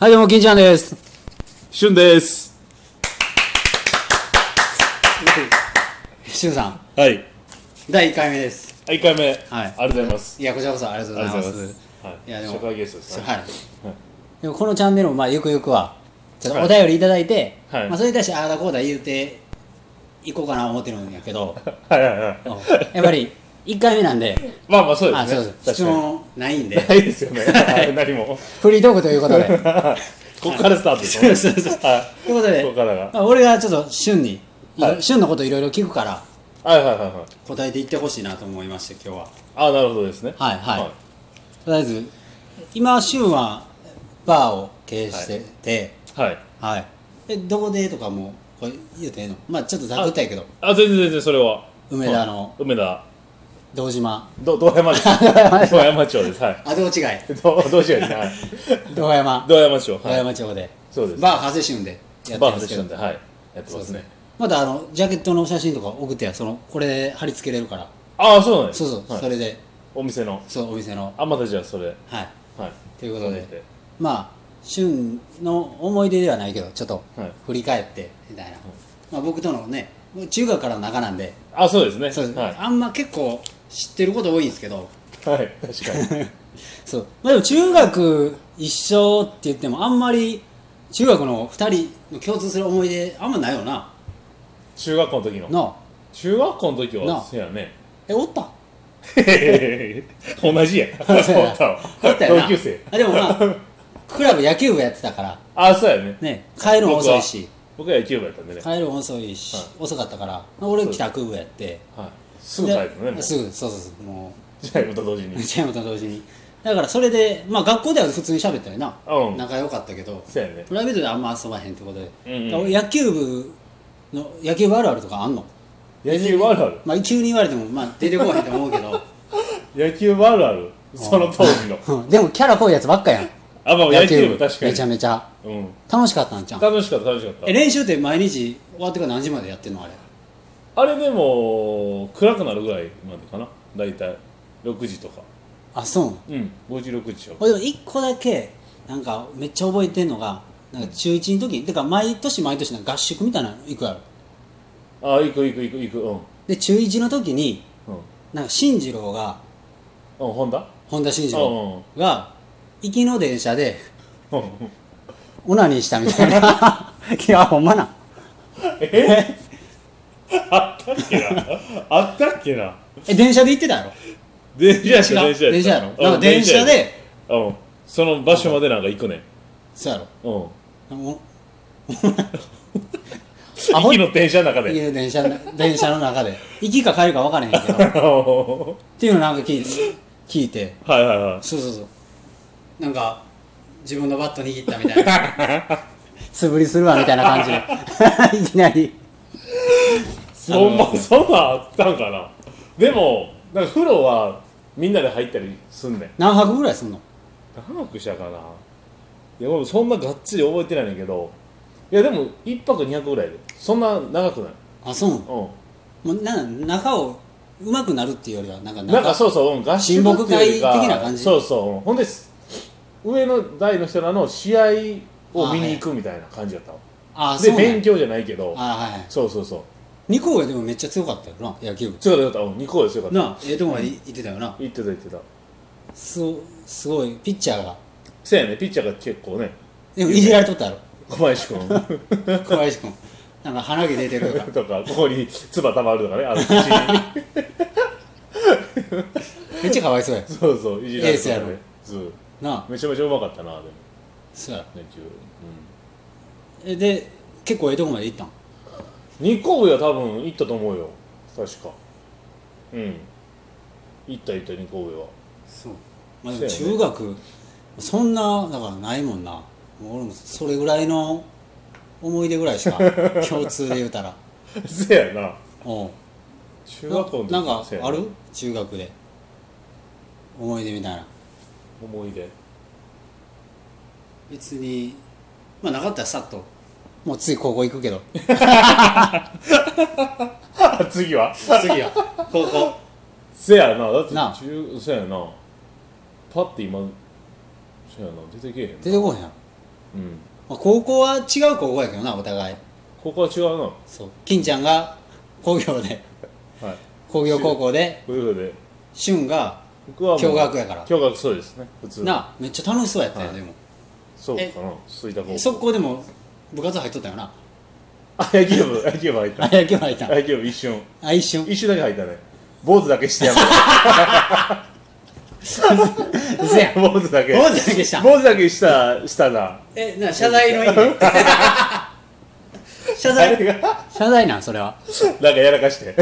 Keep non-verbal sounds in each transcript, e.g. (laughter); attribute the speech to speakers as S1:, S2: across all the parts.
S1: はい、どうも、金ちゃんです。
S2: しゅんです
S1: しゅんさん、
S2: はい
S1: 第1回目です。
S2: 1回目、
S1: はい
S2: ありがとうございます
S1: いや、こちらこそありがとう
S2: あ
S1: ございます。
S2: はい
S1: いやでも
S2: 初回ゲストです
S1: そう
S2: ね
S1: はい。でも、このチャンネルも、まあ、ゆくゆくは、ちょっと
S2: は
S1: お
S2: い
S1: 便りいただいて、
S2: はい
S1: まあ、それに対して、ああだこうだ言うて、いこうかな思ってるんやけど、
S2: はいはいはい
S1: うんやっぱり、1回目なんで、
S2: まあまあそうで
S1: あ、
S2: す
S1: そ
S2: ね
S1: うそう、質
S2: 確か
S1: 問ないん
S2: に
S1: で、
S2: ないですよねはい何も (laughs)
S1: フリートークと (laughs) いうことで、と
S2: ここからスタートですね
S1: そうそうそう
S2: は
S1: いうこと
S2: い
S1: で
S2: ここ、からが
S1: まあ、俺がちょっと、しゅんに、
S2: はい
S1: しゅんのこといろいろ聞くから、
S2: はいはいはいはい
S1: 答えていってほしいなと思いまして、今日は。
S2: あなるほどですね
S1: はいはいとりあえず今シュンはバーを経営してて
S2: はいはい
S1: はい、えどこでとかもこれ言うてええのまあちょっとざくったやけど
S2: あ全然全然それは
S1: 梅田の
S2: うん梅田
S1: 堂島
S2: ど道山です
S1: (laughs)
S2: 道山町ですはい
S1: あ道違い
S2: どどうしようですねはい
S1: (laughs) 堂山
S2: 道山町
S1: 堂
S2: はい
S1: 山町で
S2: そうです
S1: バー長谷シュンでやって
S2: バ
S1: るん
S2: ー
S1: で
S2: 外
S1: すけ
S2: し
S1: ど
S2: たんではいやって
S1: そう
S2: ま
S1: です
S2: すね
S1: ねまたあのジャケットの写真とか送ってやそのこれ貼り付けれるから
S2: ああそうなんです
S1: そうそう、
S2: はい
S1: それで
S2: お店の
S1: そうお店の
S2: あまたじゃあそれ
S1: はい
S2: はい
S1: ということで
S2: で
S1: まあ旬の思い出ではないけどちょっと
S2: はい
S1: 振り返ってみたいな、まあ、僕とのねもう中学からの仲なんで
S2: あそうですね
S1: そうです
S2: はい
S1: あんま結構知ってること多いんですけど
S2: はい確かに
S1: そう、まあ、でも中学一緒って言ってもあんまり中学の2人の共通する思い出あんまないよな
S2: 中学校の時の
S1: なあ
S2: 中学校の時
S1: なあ
S2: はせやね (laughs)
S1: えおった
S2: 同じや
S1: そうやな
S2: おったわ
S1: おったよ (laughs) な
S2: 同級生
S1: あでもまあクラブ野球部やってたから
S2: あそうやね
S1: ね帰るの遅いし
S2: 僕は野球部やったんでね
S1: 帰るの遅いし、
S2: はい
S1: 遅かったから俺
S2: そうです
S1: 帰宅部やって
S2: はいすぐ帰るのねもう
S1: で
S2: じ
S1: すぐそうそうそうもう (laughs)
S2: ゃあまた同時に
S1: 内山と同時にだからそれでまあ学校では普通に喋ったよな、
S2: うん
S1: 仲良かったけど
S2: そうや
S1: (laughs)
S2: ね
S1: プライベートであんま遊ばへんってことで、
S2: うんうん
S1: だから俺野球部の野球部あるあるとかあんの
S2: 野球部あるある
S1: まあ急に言われてもまあ出てこへんと思うけ
S2: (laughs)
S1: ど
S2: 野球部あるあるその当時の
S1: うんでもキャラ濃いやつばっかやん
S2: あまあ野球部確か
S1: めちゃ
S2: に
S1: めちゃ
S2: うん
S1: 楽しかったんじゃん
S2: 楽しかった楽しか
S1: え
S2: っ
S1: 練習って毎日終わってから何時までやってんのあれ
S2: たあれでも暗くなるぐらいまでかな大体6時とか
S1: あそう
S2: うん5時6時とか
S1: 俺でも一個だけなんかめっちゃ覚えてんのがなんか中1の時に、てか毎年毎年なんか合宿みたいなの行くやろ
S2: ああ行く行く行く行くうんうん
S1: で中1の時に
S2: うん
S1: なんか進次郎が
S2: 本田
S1: 本田進次
S2: う
S1: 郎
S2: んうん
S1: が行きの電車で
S2: うん
S1: オナニーしたみたいな (laughs) いやほんまな
S2: えあったっけなあったっけな
S1: え電車で行ってたやろ
S2: 電車やった
S1: 違う
S2: 電車や
S1: 電車やろ
S2: ったうん
S1: なんか電車で
S2: うんその場所までなんか行くねん
S1: そうやろ
S2: うん
S1: もアホ
S2: 駅の電車の中
S1: う
S2: で
S1: 家の電車の電車の中で行きか帰るか分からへんけどっ
S2: (laughs) は
S1: ていうのなんか聞いて聞いて
S2: いはいはい
S1: そうそうそうなんか自分のバット握ったみたいな (laughs) 素振りするわみたいな感じで (laughs) いきなり
S2: ほんまそんなんあったんかなでもなんか風呂はみんなで入ったりすんねん
S1: 何泊ぐらいすんの
S2: 何泊したかないや俺もそんながっつり覚えてないねんだけどいやでも1泊2泊ぐらいでそんな長くない
S1: あそうなの
S2: うん
S1: もうな仲をうまくなるっていうよりはなんか
S2: なんかそうそう、うん、合宿っていうより
S1: 親睦
S2: か
S1: 会的な感じ
S2: そうそううんほんです上の代の人らの試合を見に行くみたいな感じだったわ、
S1: ああそ
S2: で
S1: うなんや
S2: 勉強じゃないけど
S1: あはい
S2: そうそうそう
S1: 二校がでもめっちゃ強かったよな野球部
S2: 強かったうん2校ですよかった
S1: なあええとこまでい行ってたよな
S2: 行ってた行ってた
S1: すすごいピッチャーが
S2: せやねピッチャーが結構ね
S1: でもいじられとったやろ
S2: 小林
S1: (laughs)
S2: 君
S1: 小林君なんか鼻毛出てるとか
S2: とかここに唾たまるとかねあの口
S1: (laughs)
S2: に
S1: めっちゃかわいそう (laughs) や
S2: そうそういじら
S1: エ
S2: れて
S1: ー
S2: た
S1: スやろ
S2: ねそう
S1: なあ
S2: めちゃめちゃうまかったなでも
S1: そうや
S2: 野球、
S1: えで結構ええとこまで行ったん
S2: うん、2校上は多分行ったと思うよ確かうん行った行った2校上は (laughs)
S1: そう、まあ、でも
S2: そう
S1: 中
S2: やね
S1: 学そんなだからないもんなもう俺もそれぐらいの思い出ぐらい (laughs) しか共通で言うたら
S2: せやな
S1: おう
S2: 中学校の時
S1: ななんか
S2: せやな
S1: ある中学で思い出みたいな
S2: 思い出 (laughs)
S1: 別にまあなかったらさっともうつい高校行くけど
S2: あ次は
S1: 次は高校
S2: (laughs) せやなだって
S1: なあ
S2: 中せやなパッて今せやな出てけえへんな
S1: 出てこうへんやろ
S2: うん
S1: まあ高校は違う高校やけどなお互い
S2: ここは違うな
S1: そう金ちゃんが工業で
S2: はい
S1: 工業高校で
S2: ということで
S1: 俊が
S2: 僕はもう
S1: 共学やから
S2: 共学そうですね普通
S1: なあめっちゃ楽しそうやったよ、
S2: はい
S1: でも
S2: そうかな吹田高校
S1: 速攻でも部活入っとったよな
S2: あ (laughs) 野球部野球部入っ
S1: あ
S2: た
S1: 野球部入った
S2: 野球部一瞬
S1: あ一瞬
S2: 一瞬だけ入ったね坊主だけしてやめた
S1: 嘘やん
S2: 坊主だけ
S1: 坊主だけした
S2: 坊主だけしたしたな
S1: えな謝罪の意味 (laughs) 謝
S2: (laughs) あれ
S1: 罪
S2: が
S1: 謝罪なんそれは
S2: なんかやらかして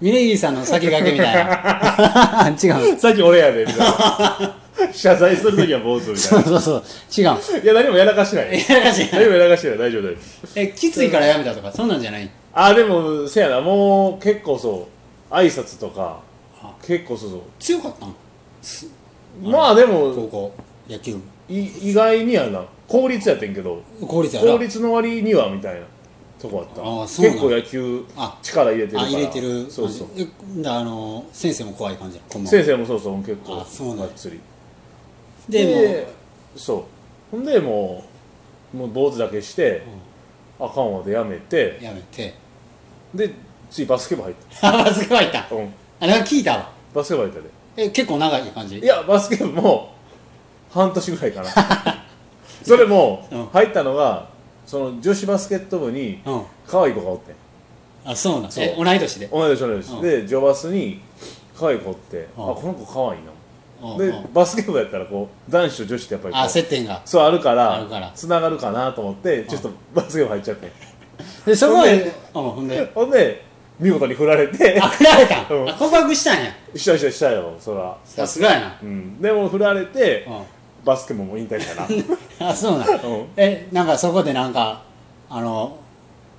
S1: 峯岸さんの先駆けみた
S2: (laughs)
S1: いな違う
S2: さっき俺やでみ
S1: (laughs)
S2: たいな謝罪するときは坊主みた
S1: そ
S2: いう
S1: そうそう違う
S2: ないや何もやらかしてない
S1: やらかし
S2: 何もやらかしてない大丈夫大丈夫
S1: えきついからやめたとかそんなんじゃない
S2: あでもせやなもう結構そう挨拶とか
S1: あ
S2: 結構そうそ
S1: 強かったん
S2: うまあで
S1: 高
S2: も
S1: 校野球
S2: い意外にやな公立やってんけど
S1: 部効率やな
S2: 公立の割にはみたいなとこあった
S1: あーそうなん
S2: 結構野球
S1: あ
S2: 力入れてるか
S1: あ
S2: ら
S1: 入れてる
S2: そうそう
S1: あえだあの先生も怖い感じやこんばんは
S2: 先生もそうそう結構
S1: あそうなんや
S2: がっつり
S1: でも
S2: そうほんでもうもう坊主だけして、あかんわでやめて
S1: やめて (laughs)
S2: で次バスケ部入っ
S1: あバスケ部入った
S2: た、うん、
S1: あなんか聞いたわ
S2: バスケ部入ったで
S1: え結構長い感じ
S2: いやバスケ部も半年ぐらいかな
S1: (laughs)
S2: それも
S1: うん
S2: 入ったのがその女子バスケット部に
S1: うん
S2: 可愛い子がおってん
S1: あそうなん
S2: そう
S1: え同い年で
S2: 同い年同い年、
S1: うん
S2: で女バスに可愛い子おって、
S1: うん
S2: あこの子可愛いな
S1: うんう
S2: で
S1: ん
S2: バスケ部やったらこう男子と女子ってやっぱりこう
S1: あ接点が
S2: そうあるか
S1: あるから
S2: らつながるかなと思ってちょっとバスケ部入っちゃって
S1: でそこ
S2: ほん
S1: で
S2: で
S1: うんほんで
S2: ほんで見事に振られて (laughs)
S1: あ振られた、
S2: うん
S1: あ告白したんや
S2: したしたしたよそら
S1: さすがやな
S2: うんでも振られて
S1: う
S2: バスケももう引退したな (laughs)
S1: んあそうなん
S2: うん
S1: えなんかそこでなんかあの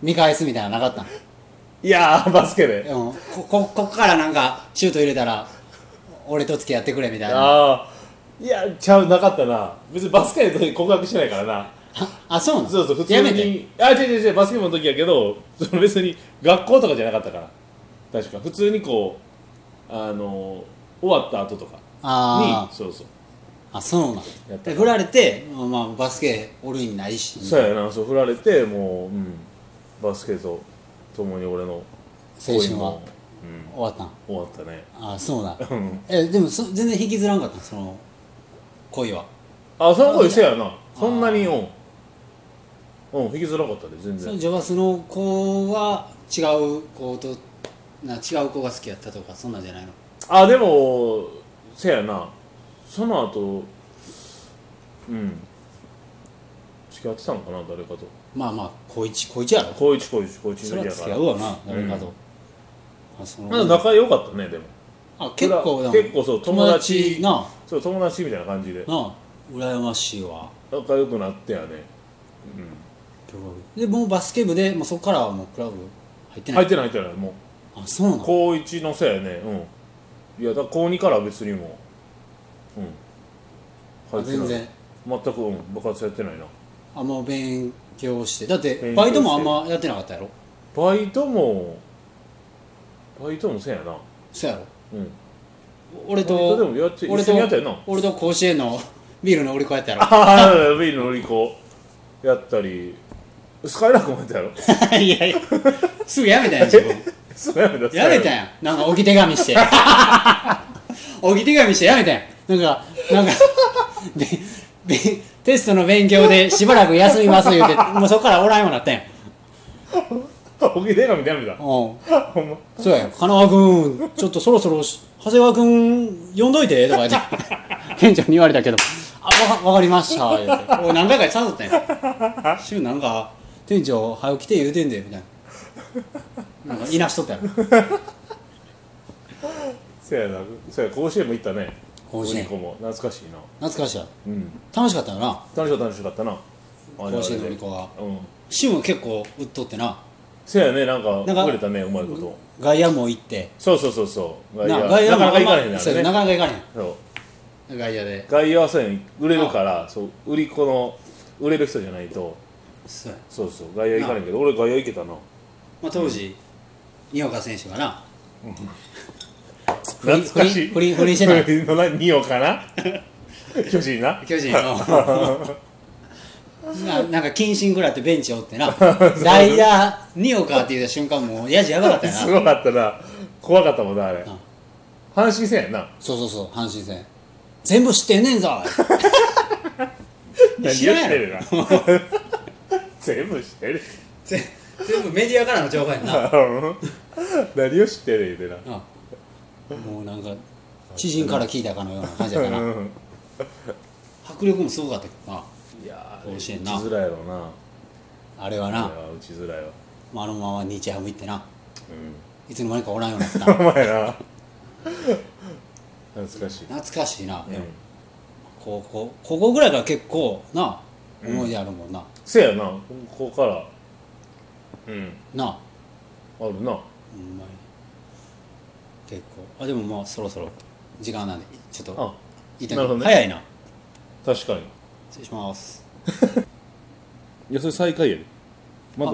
S1: 見返すみたいなのなかったの
S2: いやーバスケで
S1: うんここここからなんかシュート入れたら俺と付き合ってくれみたいなあ
S2: ああいやちゃうなかったな別にバスケの時告白してないからな
S1: そうなの
S2: そうそう普通
S1: やめて
S2: にあ違う違う違うバスケ部の時やけどその別に学校とかじゃなかったから確か普通にこうあの終わった後とか
S1: あ
S2: にそうそう
S1: ああそうな
S2: や
S1: の
S2: った
S1: で振られて、まあまあ、バスケおる意味ないし
S2: そうやなそう振られてもう、うん、バスケと共に俺の
S1: 青春は
S2: も、うん、
S1: 終わったん
S2: 終わったね
S1: あそうなん
S2: うん
S1: えでもそ全然引きずらんかったのその恋は
S2: あその子一緒やなそんなにうんうん引きずらなかったで全
S1: その
S2: 然
S1: ジョバスの子は違う子とな違う子が好きやったとかそんなんじゃないの
S2: あでもせやなその後うん付き合ってたのかな誰かと
S1: まあまあ高一高一やろ
S2: 高一高一高一
S1: そ
S2: の
S1: れ
S2: 時
S1: は付き
S2: やから
S1: 合うわな誰かと、
S2: う
S1: あそ
S2: まだ仲良かったねでも
S1: あ結構な
S2: 結構そう友達
S1: な
S2: そう友達みたいな感じで
S1: なあ羨ましいわ
S2: 仲良くなってやねうん
S1: でもうバスケ部でもうそこからはもうクラブ入ってな
S2: 入
S1: い
S2: ってない入ってないもう
S1: あそうなの
S2: 高1のせやねうんいやだから高2からは別にもううん
S1: あ
S2: 入って
S1: 全
S2: ない
S1: 然
S2: 全く、うん、部活やってないな
S1: あんま勉強してだって
S2: 勉強
S1: バ
S2: し
S1: イ
S2: て
S1: トもあんまやってなかったやろ
S2: バイトもバイトもせやな
S1: そうやろ
S2: うん (laughs)
S1: 俺
S2: バイトで
S1: と
S2: もやって
S1: 俺
S2: 一
S1: と
S2: 緒にやったよな
S1: 俺と甲子園のビールの売り子やったや
S2: (laughs)
S1: ろ
S2: ああビールの売り子やったりスカイラークもやったやろ (laughs)
S1: いやいやすぐやめたやん自分
S2: そうやめた
S1: やめたやんなんか置き手紙 (laughs) して置き手紙してやめたやんなんかなんかででテストの勉強でしばらく休みます言うてもうそこからおらんようになったやん
S2: おき手紙でやめた
S1: うん
S2: ほんま
S1: そうやん神奈川君ちょっとそろそろし長谷川君呼んどいてとか言って店長に言われたけど「あわかわかりました」言うて俺何回か誘ったやん週なんか「店長早起きて言うてんで」みたいななんかいなしとったや (laughs) ろ
S2: せやなせや甲子園も行ったね
S1: 甲子園
S2: 売り子も懐かしいな
S1: 懐かしいや
S2: うん
S1: 楽しかったよな
S2: 楽しかった楽しかったな甲
S1: 甲子園の売り子が
S2: うん
S1: シも結構打っとってな
S2: せやねなんか
S1: なんか
S2: 遅れたねうまいこと
S1: 外野も行って
S2: そうそうそうそう外
S1: な
S2: 野
S1: 外野
S2: な
S1: も
S2: かなか行かれへん
S1: あんま
S2: ねあ
S1: そう
S2: れ
S1: な
S2: ね
S1: かなか行かれへ
S2: そうん
S1: 外野で
S2: 外野はそうやね売れるからそう売り子の売れる人じゃないと
S1: そうや
S2: そうそう外野行かれへんけど俺外野行けたな
S1: まあ、当時二岡選手がな
S2: 懐かしい
S1: 不倫不倫不倫してない (laughs)
S2: 不倫のな二葉かな巨人な (laughs)
S1: 巨人のななんか謹慎食らってベンチおってな代打におかって言った瞬間もうやじやばかったよ
S2: す
S1: な
S2: ごかったな怖かったもんなあれ
S1: ん
S2: 阪神戦やんな
S1: そうそうそう阪神戦全部知ってんねんぞ
S2: (laughs) 何
S1: 知
S2: や
S1: らん
S2: っ
S1: や
S2: て
S1: ろ
S2: るな全部知ってる
S1: 全部メディアからの情報やんな
S2: 何を知ってる言うてな
S1: もうなんか知人から聞いたかのような感じやから
S2: う
S1: なん迫力もすごかったけどない
S2: やー
S1: 甲
S2: 打
S1: 子
S2: ち
S1: 園な
S2: づらいやろな
S1: あれはい
S2: や
S1: な
S2: ー打ちづらいわ
S1: まああのまま日ハム行ってな
S2: う
S1: いつの間にかおらんようになった
S2: んお前な懐かしい
S1: 懐かしいな、
S2: うん
S1: 高校高校ぐらいから結構な思い出あるもんな、
S2: せやなここからうん
S1: なあ
S2: あ
S1: ほ
S2: るな
S1: んまに結構あでもまあそろそろ時間なんでちょっと
S2: あ
S1: 言いたい
S2: なるほどね
S1: 早いな
S2: 確かに
S1: 失礼します
S2: いやそれ最下位やでまだ